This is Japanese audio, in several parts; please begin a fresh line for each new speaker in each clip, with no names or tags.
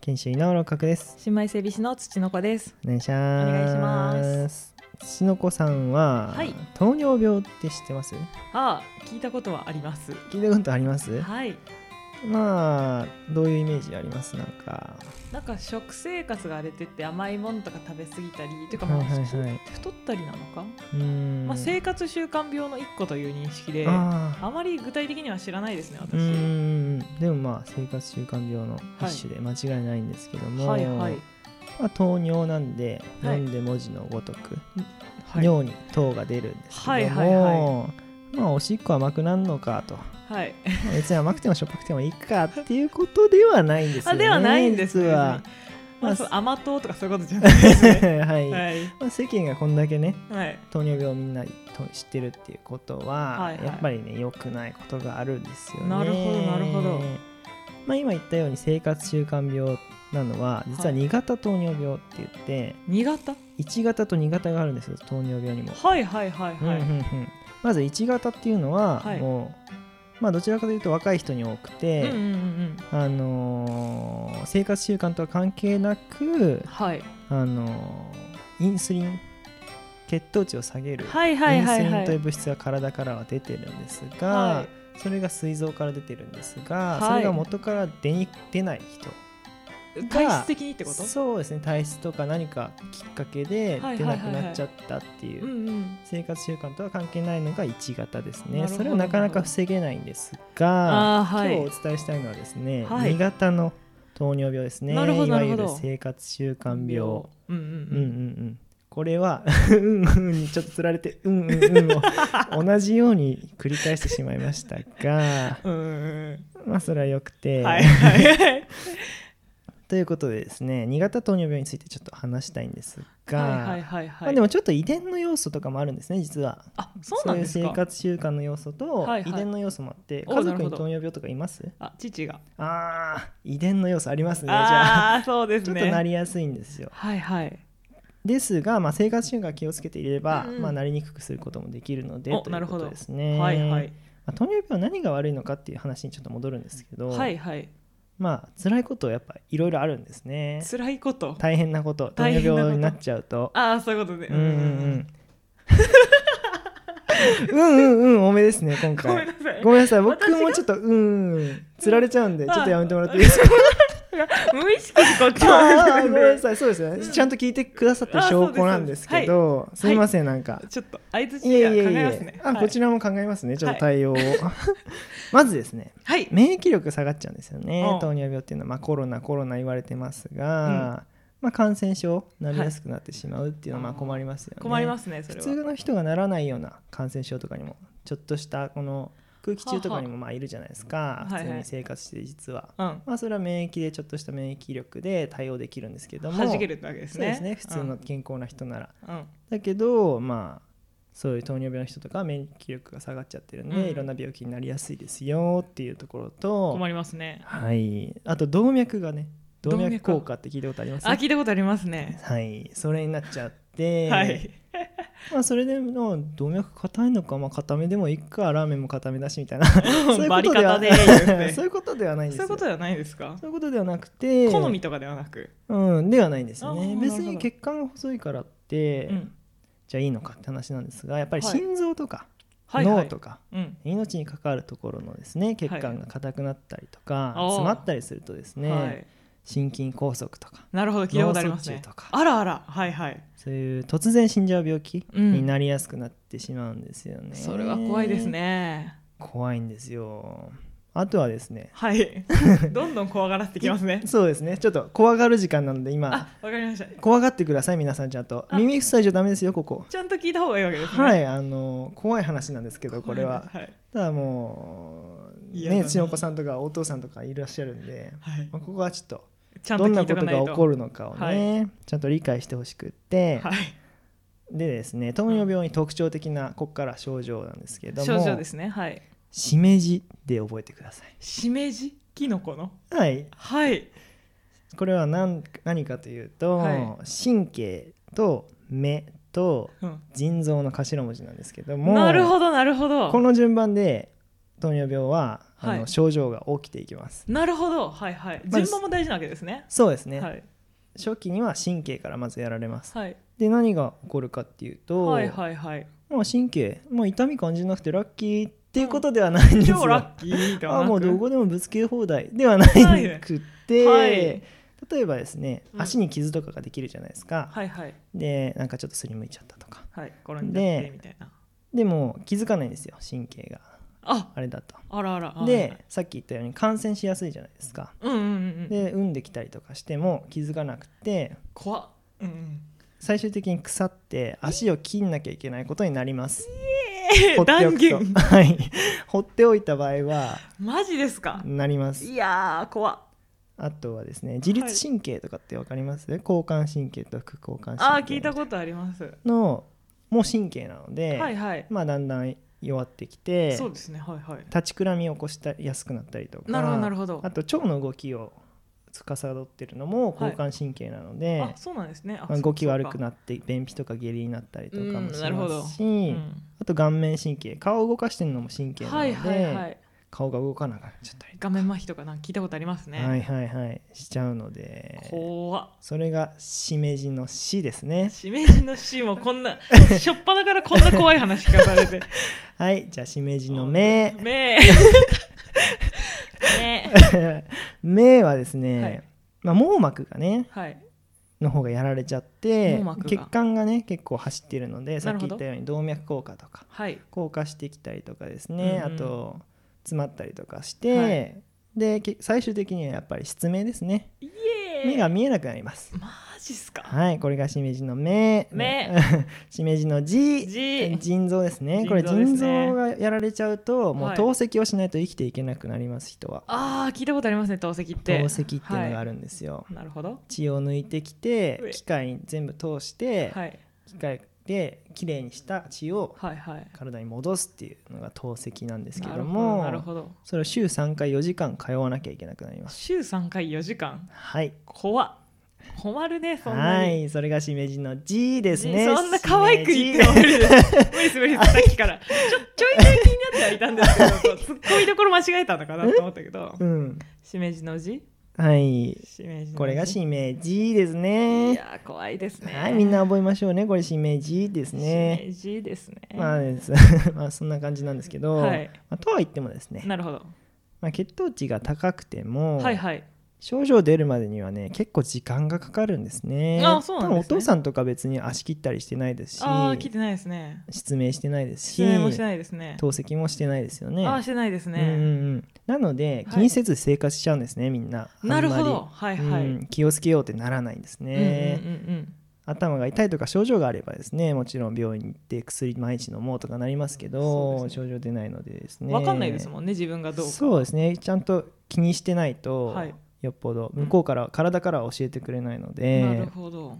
研修医の六角です。
新米整備士の土の子です。
お願いします。。
お願いします
しのこさんは、
はい
糖尿病って知ってます？
ああ、聞いたことはあります。
聞いたことあります？
はい。
まあどういうイメージあります？なんか、
なんか食生活が荒れてて甘いものとか食べ過ぎたりとか、
はい
まあ
はいはい
太太ったりなのか、
うーん。
まあ、生活習慣病の一個という認識であ
ああ。
まり具体的には知らないですね
うー
私
んでもまあ生活習慣病の一種で間違いないんですけども、
はいはい
まあ、糖尿なんで、
は
読
い
んで文字のごとく、
はい
尿に糖が出るんですけども、
はいはいは
まあおしっこ甘くなんのかと
はい
別に甘くてもしょっぱくてもいいかっていうことではないんですよ
あ
ね。
ではないんですね
実は。ま
ま
あ
あ、そう甘党とかそういうことじゃないで すね
はい、
はい
まあ、世間がこんだけね
はい
糖尿病をみんなと知ってるっていうことは、
はいはい
やっぱりね良くないことがあるんですよね。
なるほどなるほど。
まあ、今言ったように生活習慣病なのは実は
はい
2型糖尿病って言って、
2型
一1型と2型があるんですよ糖尿病にも。
はいはいはいはい、
うんうんうんまず1型っていうのは、
はい
もう、まあ、どちらかというと若い人に多くて。
うんうんうん
あのー生活習慣とは関係なく
うん、はい
あのーインスリン血糖値を下げる、
はいはいはい
インスリン
は
という
い
物質が体からは出てるんですが、
はい
それが膵臓から出てるんですが、
はい
それが元から出に出ない人
体質的にってこと
そうですね体質とか何かきっかけで
はいはい
出
は
ないく
はい
なっちゃったっていう。
うんうん
生活習慣とは関係ないのが1型です
な
ね
るほど
それをなかなか防げないんですが
ああは
今
い
日お伝えしたいのはですね、
はい
2型の糖尿病ですね
なるほど
いわゆ
な
る
るほど
生活習慣病
うんう
うんうんうんんこれは うんうんにちょっとつられてうんうんうん を同じように繰り返してしまいましたが
うんうん
まあそれはよく
う
て、
んはいはい
ということでですね2型糖尿病についてちょっと話したいんですが、
はいはい
ま
は
あ、で
いはい
もちょっと遺伝の要素とかもあるんですね実は。
あそうなんです
そういう生
か
活習慣の要素と
はいはい
遺伝の要素もあって、
お
家
な
族
る
に
ほ
糖
ど
尿病とかいます
あ父が
あー遺伝の要素ありますねじゃあ
ああーそうです
ちょっ
ね
となりやすいんですよ。
はいはい
ですが、まあ、生活習慣気をつけていれば、
うんうん
まあ、なりにくくすることもできるので
お
とい
な
う
る
こ
ほど
とですね。
はいはい
まあ糖尿病は何が悪いのかっていう話にちょっと戻るんですけど、
はいはい
まあ辛いことはやっぱいろいろあるんですね。
辛いこと
大変なこと糖
大
尿
変なこと
病になっちゃうと。
ああそういうことで
うんうんうん。うんうんうん多めですね今
ごめ
回。
んなさい
ごめんなさい僕
私
も
が
ちょっとうんうんつられちゃうんでちょっとやめてもらっていいですか。
無意識にこっ ち
あーご
を向いて
めん
る
なん
で
さいそうですよね、
うん
ちゃんと聞いてくださってる証拠なんですけどす,、
そうですはい
いませんなんか、
ちょっと相づ
い、えい
ちが
えい
考えますね
えあ、
はい
こちらも考えますねちょっ
は
と
い
対応を、 まずですね
はい
免疫力下がっちゃうんですよね
うん
糖尿病っていうのは、まあ、コロナコロナ言われてますが、まあ、感染症なりやすくなってしまうっていうのはま
は
あ
い
困りますよね
困りますねそ
普
れは
通の人がならないような感染症とかにもちょっとしたこの空気中とかにもまあいるじゃないですか
はは
普通
はいは
に
い
生活して実は。
うん
まあ、それは免疫でちょっとした免疫力で対応できるんですけども
弾けるってわけです
そうで
ね
すね普通の健康な人なら、
うんうん
だけどまあそういう糖尿病の人とかは免疫力が下がっちゃってるんで、
うん
いろんな病気になりやすいですよっていうところと
困りますね
はいあと動脈がね動
動
脈
脈
硬化って聞いたことあります
あ聞いたことありますね
はいそれになっちゃって、
はい
まあ、それでも動脈硬いのか、まあ、固めでもいいかラーメンも固めだしみたいなそういうこ
バリ
と では
方で言うて
そういうことではないんです
そうい
よ
うことではないですか
そういうことではなくて
好みとかではなく、
うん、ではないんですよ
あ
ね
ー
別
なるほ
に
ど
血管が細いからって、
うん
じゃあいいのかって話なんですがやっぱり
はい
心臓とか、
はいはい
脳とか
うん
命に関わるところのですね血管が硬くなったりとか、
あー
詰まったりするとですね、
はい、
心筋梗塞とか
なるほど聞いたことありますね
脳卒中とか
あらあらはいはい
そういう突然死んじゃう病気
うん
になりやすくなってしまうんですよね、
それは怖いですね
怖いんですよあとはですね
はい どんどん怖がらせてきますね
そうですねちょっと怖がる時間なので今
あわかりました
怖がってください皆さんちゃんと
あ
耳塞いじゃダメですよここ
ちゃんと聞いた方がいいわけですね
はいあの怖い話なんですけどこれは
はい
ただもう
嫌だ
ね
な
ちのこさんとかお父さんとかいらっしゃるんで、
はい
まあ、ここはちょっと
ちゃんと
どん
聞
ない
と
こと
かないと
が起こるのかをね、
は
ちゃんと理解してほしくって、
はい
でですね糖尿病に特徴的なここから症状なんですけども
症状ですねはい
しめじで覚えてください
しめじきのこの
はい
はい
これは何何かというと、
は
神経と目と
うん
腎臓の頭文字なんですけども
なるほどなるほど
この順番で糖尿病は、
は
あの
い
症状が起きていきます
なるほどはいはい
まあ
順番も大事なわけですね
そうですね、
はい
初期には神経からまずやられます
はい
で何が起こるかっていうと、
はいはいはい
もう神経もう痛み感じなくてラッキーっていうことではないんですよ、
超ラッキーではな
あ
く
もうどこでもぶつけ放題ではないくって、
はい
例えばですね
うん
足に傷とかができるじゃないですか、
はいはい
でなんかちょっとすりむいちゃったとか
はいご覧になって
で
みたいな
でも気づかないんですよ神経が
あ
あれだと。
あらあらあ
でさっき言ったように感染しやすいじゃないですか。
うんうんうんうん
で産んできたりとかしても気づかなくて
怖っうんうん
最終的に腐って足を切んなきゃいけないことになります。
え
放ってお
断
くと
言
はい放っておいた場合は
マジですか
なります。
いやー怖っ
あとはですね自律神経とかってわかります、交感神経と副交感神経
あー聞いたことあります
のもう神経なので、
はいはい
まあ、だんだん弱ってきて
そうですねはいはい
立ちくらみを起こしたやすくなったりとか
なるほどなるほど
あと腸の動きを司ってるのも
はい
交感神経なので、
あそうなんですねあ
まあ
そっか
動き悪
そっ
く
か
なって便秘とか下痢になったりとか
う
も
ん
し
なるほど
ますし、
うん
あと顔面神経顔を動かしてるのも神経なの
は
で、
いはいはい
顔が動かなくなっちゃったりと
画面麻痺とかなんか聞いたことあります
か、は
ね
いはいはいしちゃうので
怖っ
それがしめじの「し」ですね
しめじのシーンもこんなしょっぱなからこんな怖い話聞かされ て
はいじゃあしめじの「め」
目目
目はですね、
はい
まあ、網膜がね
はい
の方がやられちゃって
網膜が
血管がね結構走ってるのでさ
なる
っ
ほ
き言
ど
ったように動脈硬化とか
はい
硬化してきたりとかですね、
うんうん
あと詰まったりとかして、
は
でけ最終的にはやっぱり失明ですね
イエーイ
目が見えなくなります、
マジっすか
はいこれがしめじの目
目
しめじの字
じ
腎臓ですね
腎
これ
臓です
腎
ね
臓がやられちゃうともう
はい
透析をしないと生きていけなくなります人は、
あー聞いたことありますね透析って
透析っていうのがあ
る、
るんですよ、
はいなるほど
血を抜いてき
うえ
て機械に全部通して、
はい
機械できれいにした血を
はいはい
体に戻すっていうのが透析なんですけ
な
ど
るほど
も
なるほど
それを週3回4時間通わなきゃいけなくなります
週3回4時間
はい
怖っ困るねそんな
は
に
いそれがしめじの G ですね
そんな可愛く言っても
しめ
無
じ
理です無理です無理ですさっきからちょちょいちょい気になってはいたんですけど ツッコミどころ間違えたのかなと思ったけど
うん
しめじの字
はい
しめじの字
これがしめじです
い
ね
やー怖いですね
はいみんな覚えましょうねこれしめじです
し
ね
めじですね
まあです まあそんな感じなんですけど、
はい
まあ、とは言ってもですね、
なるほど
まあ、血糖値が高くても、
はいはい
症状出るまでにはね結構時間がかかるんですね
あそうなんです
多分
ね
お父さんとか別に足切ったりしてないですし
ああ聞いてないですね
失明してないですし
失明もしないですね
透析もしてないですよね
ああしてないです
うんう
ね
んうん、なので
はい
気にせず生活しちゃうんですね、みんな
なる
あ
ほ
んまり
どはいはい
うん気をつけようってならないんです
うんうん
ね、
うん
頭が痛いとか症状があればですねもちろん病院に行って薬毎日飲もうとかなりますけど
そうです
症状出ないのでです
うん
ね
わかんないですもんね自分がどうか
そうですねちゃんと気にしてないと、
はい
よっぽど向こうから、体からは教えてくれないので
なるほど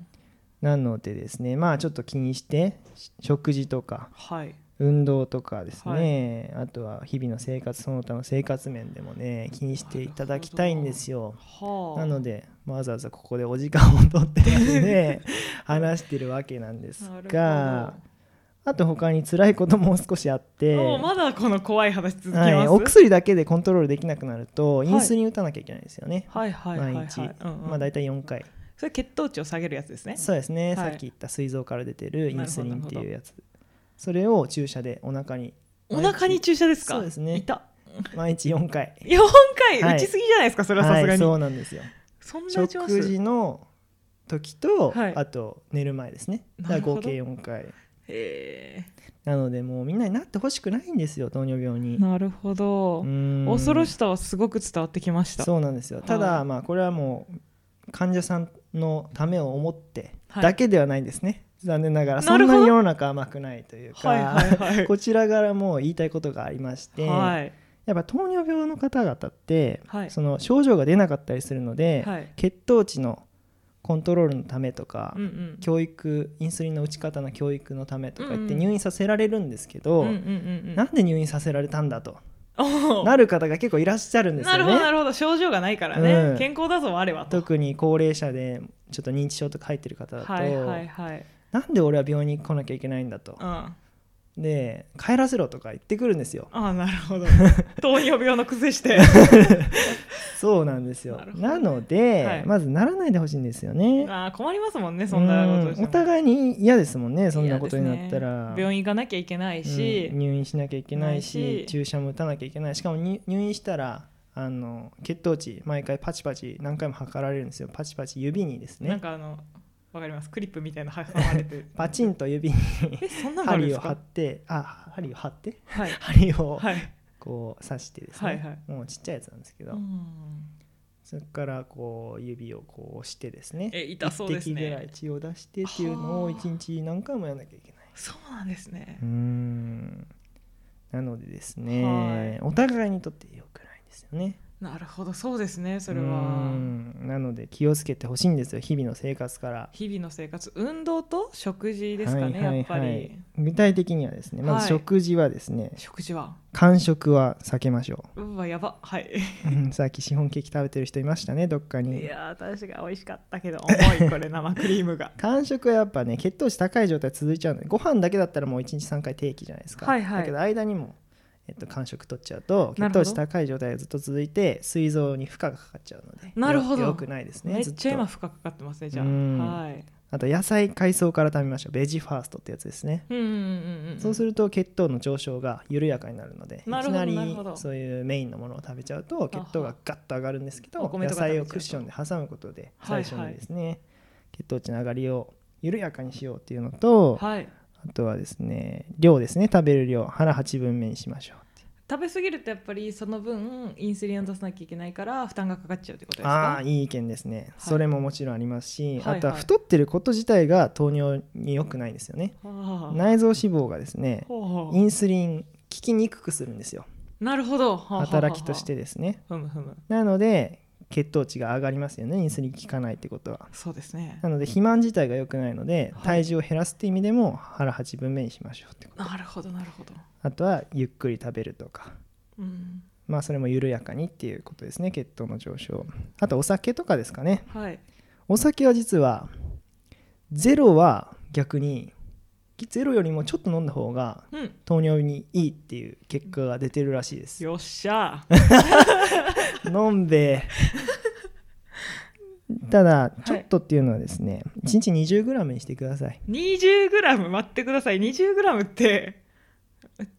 なのでですねまあちょっと気にしてし食事とか
はい
運動とかですね、あとは日々の生活その他の生活面でもね気にしていただきたいんですよ
はあ
なのでわざわざここでお時間を取ってです ね話してるわけなんです
なるほ
が
ど
あと他に辛いことも少しあって、
おまだこの怖い話続きます、
はい、お薬だけでコントロールできなくなるとインスリン打たなきゃいけないんですよね、
はいはいはいは
毎
い
日、
うんうん
まあ大体4回
それ血糖値を下げるやつですね
そうですね、
はい
さっき言った膵臓から出てるインスリンって
なるほどなる
い
ほ
うやつそれを注射でお腹に
お腹に注射ですか
そうですね
いた
毎日4回
4回
はい
打ちすぎじゃないですかそれはさすが
はい、
に、
そうなんですよ
そんな打ちます
食事の時と、
はい
あと寝る前ですねだか
な
ら
るほ
合
ど
計4回
へ
なのでもうみんなになってほしくないんですよ糖尿病
え
に
なるほど恐ろし
い
さはすごく伝わってきました
そうなんですよただ、
はい
まあこれはもう患者さんのためを思って
はい
だけではないんですね、残念ながらそ
なんるほ
な
ど
に世の中甘くないというか、
はいはいはい
こちらからもう言いたいことがありまして、
はい
やっぱ糖尿病の方々って、
はい
その症状が出なかったりするので、
はい
血糖値のコントロールのためとか、
うんうん
教育インスリンの打ち方の教育のためとか言っ
うん
て
うん
入院させられるんですけど、
うんうんうんうん
なんで入院させられたんだと
おう
なる方が結構いらっしゃるんです
なる
よ
ほどな
ね。
るほど症状がないからね、
うん
健康だぞ我はと
特に高齢者でちょっと認知症とか入ってる方だと、
はいはいはい
なんで俺は病院に来なきゃいけないんだと
うん
で帰らせろとか言ってくるんですよ
ああなる ほど糖尿病の癖して
そうなんですよ
なるほど
なので、
はい
まずならないでほしいんですよね
ああ困りますもんねそんなこと
うんお互いに嫌ですもんねそんなことになった
いやです
ら
ね病院行かなきゃいけないし、
うん入院しなきゃいけないし
ないし
注射も打たなきゃいけないしかもに入院したらあの血糖値毎回パチパチ何回も測られるんですよパチパチ指にです
なん
ね
かあのわかりますクリップみたいなの挟まれてる
パチンと指に
えそんなのあるん
針
で
を
す
張っ
か
てあ針を張 って
はい
針を
はい
こう刺してですね、
はいはい
もうちっちゃいやつなんですけど、
うん
そこからこう指をこう押してですね
え痛そうです
一滴ぐら
ね
い血を出してっていうのを一日何回もやらなきゃいけない
そうなんですね
うーんなのでです
はい
ねお互いにとって良くないんですよね
なるほどそうですねそれ
うー
は
んなので気をつけてほしいんですよ日々の生活から
日々の生活運動と食事ですか
は
ね、
いはいはい
やっぱり
具体的にはですねま
は
ず
い
食事はですね、
食事は
間食は避けましょ
うわやばはい
ううん さっきシフォンケーキ食べてる人いましたねどっか
い
に
やー確かに美味しかったけど重いこれ生クリームが
間食はやっぱね血糖値高い状態続いちゃうのでご飯だけだったらもう1日3回定期じゃないですか、
はいはい
だけど間にも、えっと、間食取っちゃうと
な
血
るほど
糖値高い状態がずっと続いて膵臓に負荷がかかっちゃうので
なるほど
よよくないですね
めっちゃ今
ずっと
負荷かかってますねじゃあ
うん
はい
あと野菜海藻から食べましょうベジファーストってやつですね
うんうんうんうん
そうすると血糖の上昇が緩やかになるのでいき
なるほど
なり
なるほど
そういうメインのものを食べちゃうと血糖がガッと上がるんですけ
お
ど
米
野
とか食べ
菜
ちゃう
を
と
クッションで挟むことで
はいは
最
い
初にですね、血糖値の上がりを緩やかにしようっていうのと、
はい
あとはですね量ですね食べる量腹8分目にしましょう
食べ過ぎるとやっぱりその分インスリンを出さなきゃいけないから負担がかかっちゃうってことです
ああ
か
ーいい意見ですね、それももちろんありますし、
はい
あとは
はい
太ってること自体が糖尿に良くないんですよね、
あー
内臓脂肪がですね
ほうほう
インスリン効きにくくするんですよ
なるほどはあはあはあ
働きとしてですね
ふむふむ
なので血糖値が上がりますよねインスリン効かないってことは
そうですね
なので肥満自体が良くないので、
はい
体重を減らすって意味でも腹8分目にしましょうってこと
なるほどなるほど
あとはゆっくり食べるとか
うん
まあそれも緩やかにっていうことですね血糖の上昇あとお酒とかですかね
はい
お酒は実はゼロは逆にゼロよりもちょっと飲んだ方が
うん
糖尿にいいっていう結果が出てるらしいです
よっしゃ
飲んべえただちょっとっていうのはですね、1日 20g にしてください
20g 待ってください 20g って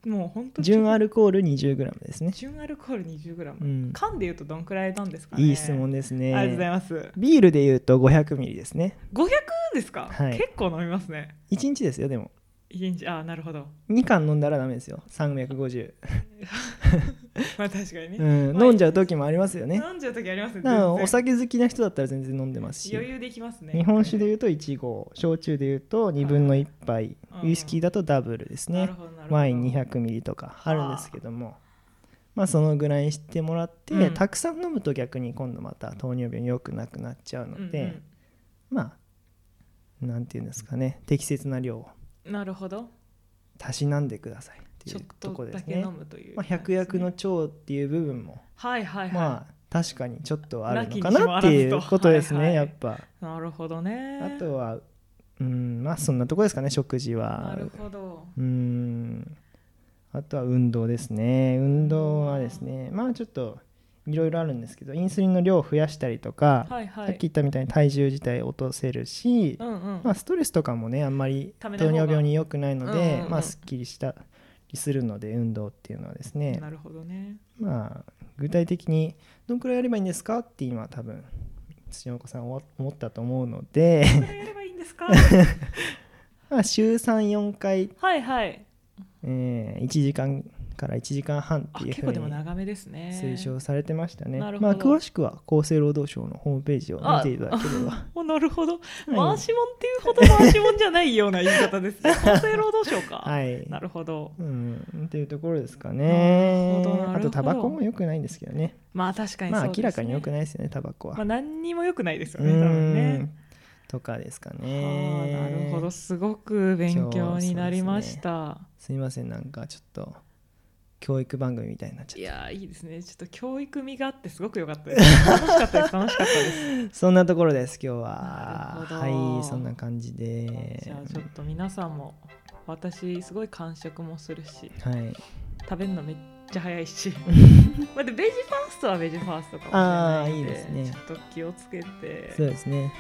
えもう本当に
純アルコール 20g ですね、
純アルコール 20g、
うん、
缶でいうとどんくらいなんですかね
いい質問ですね
ありがとうございます
ビールでいうと 500ml ですね
500ですか、
はい
結構飲みますね
1日ですよでも
一日ああなるほど
2缶飲んだらダメですよ350
まあ確かにね、
うん、飲んじゃう時もありますよね。
飲んじゃう時ありますね
だから
全然
お酒好きな人だったら全然飲んでます
余
し
裕できますね
日本酒でいうと1合焼酎でいうと2分の1杯
うん
ウイスキーだとダブルです
な
ね
るほどなるほど
ワイン200ミリとかあるんですけどもまあそのぐらいにしてもらって、
うん
たくさん飲むと逆に今度また糖尿病に良くなくなっちゃうので、
うん
まあなんていうんですかね適切な量を
うんなるほど
たしなんでくださいってい
ちょ
う
っ
とことろで
だ
す
け
ね
飲。むという
ま
感
あ、
じで
百
すね、
薬の長っていう部分も
はいはいはい、
まあ確かにちょっとはあるのかなっていうことですね、
なきにしもあ
やっ
らず
ぱ
なるほどね
あとはうんまあそんなとこですかね食事
な
は
るほど
うんあとは運動ですね運動はですねまあちょっといろいろあるんですけどインスリンの量を増やしたりとか、
はいはい
さっき言ったみたいに体重自体落とせるし、
うんうん、
まあ、ストレスとかもねあんまり
た
糖
めない方が
尿病に良くないの
うん
で、
うんうん
まあすっきりしたりするので運動っていうのはですね
なるほどね
まあ具体的にどんくらいやればいいんですかって今多分土の子さんは思ったと思うので
これやればいいんですかは
まあ週34回、
いはい
え1時間から1時間半っ
あ
ていう
結
ふう
構
に
でも長めですね
推奨されてましたね、
なるほ
ま
ど
あ、詳しくは厚生労働省のホームページを見ていただければ
おなるほど
は
回
い
しもんっていうほど回しもんじゃないような言い方で すね厚生労働省か、
はい
なるほど
うん、っていうところですかね
なるほどなるほど
あとタバコも良くないんですけどね
まあ確かにそう
ま
です、
あ
ね、
明らかに良くないですよねタバコは、
まあ何にも良くないですよ
う
ね多分ね
んとかですか
あ
ね
ーなるほどすごく勉強になりました、
すいませんなんかちょっと教育番組みたいになっち
い
ゃっ
やーいいですねちょっと教育味があってすごく良かっ たです楽しかったです楽しかったです、
たそんなところです今日は
なるほど
はいそんな感じで
じゃあちょっと皆さんも私すごい完食もするし
はい
食べるのめっちゃ早 いしまあでベジファーストはベジファーストかもしれ
あ
な
ー
いん
いいですね
ちょっと気をつけて
そうですね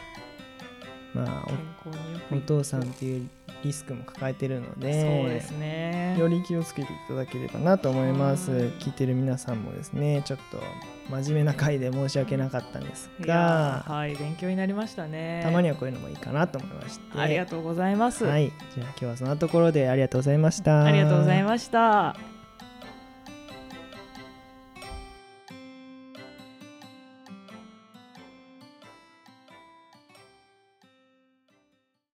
まあ
健康によく
おお父さんっていうリスクも抱えてるの
そう
で
ですね
より気をつけていただければなと思います
はい
聞いてる皆さんもですねちょっと真面目な回で申し訳なかったんです
いやー
が
はい勉強になりましたね
たまにはこういうのもいいかなと思いまして
ありがとうございます、
はいじゃあ今日はそんなところでありがとうございました
ありがとうございました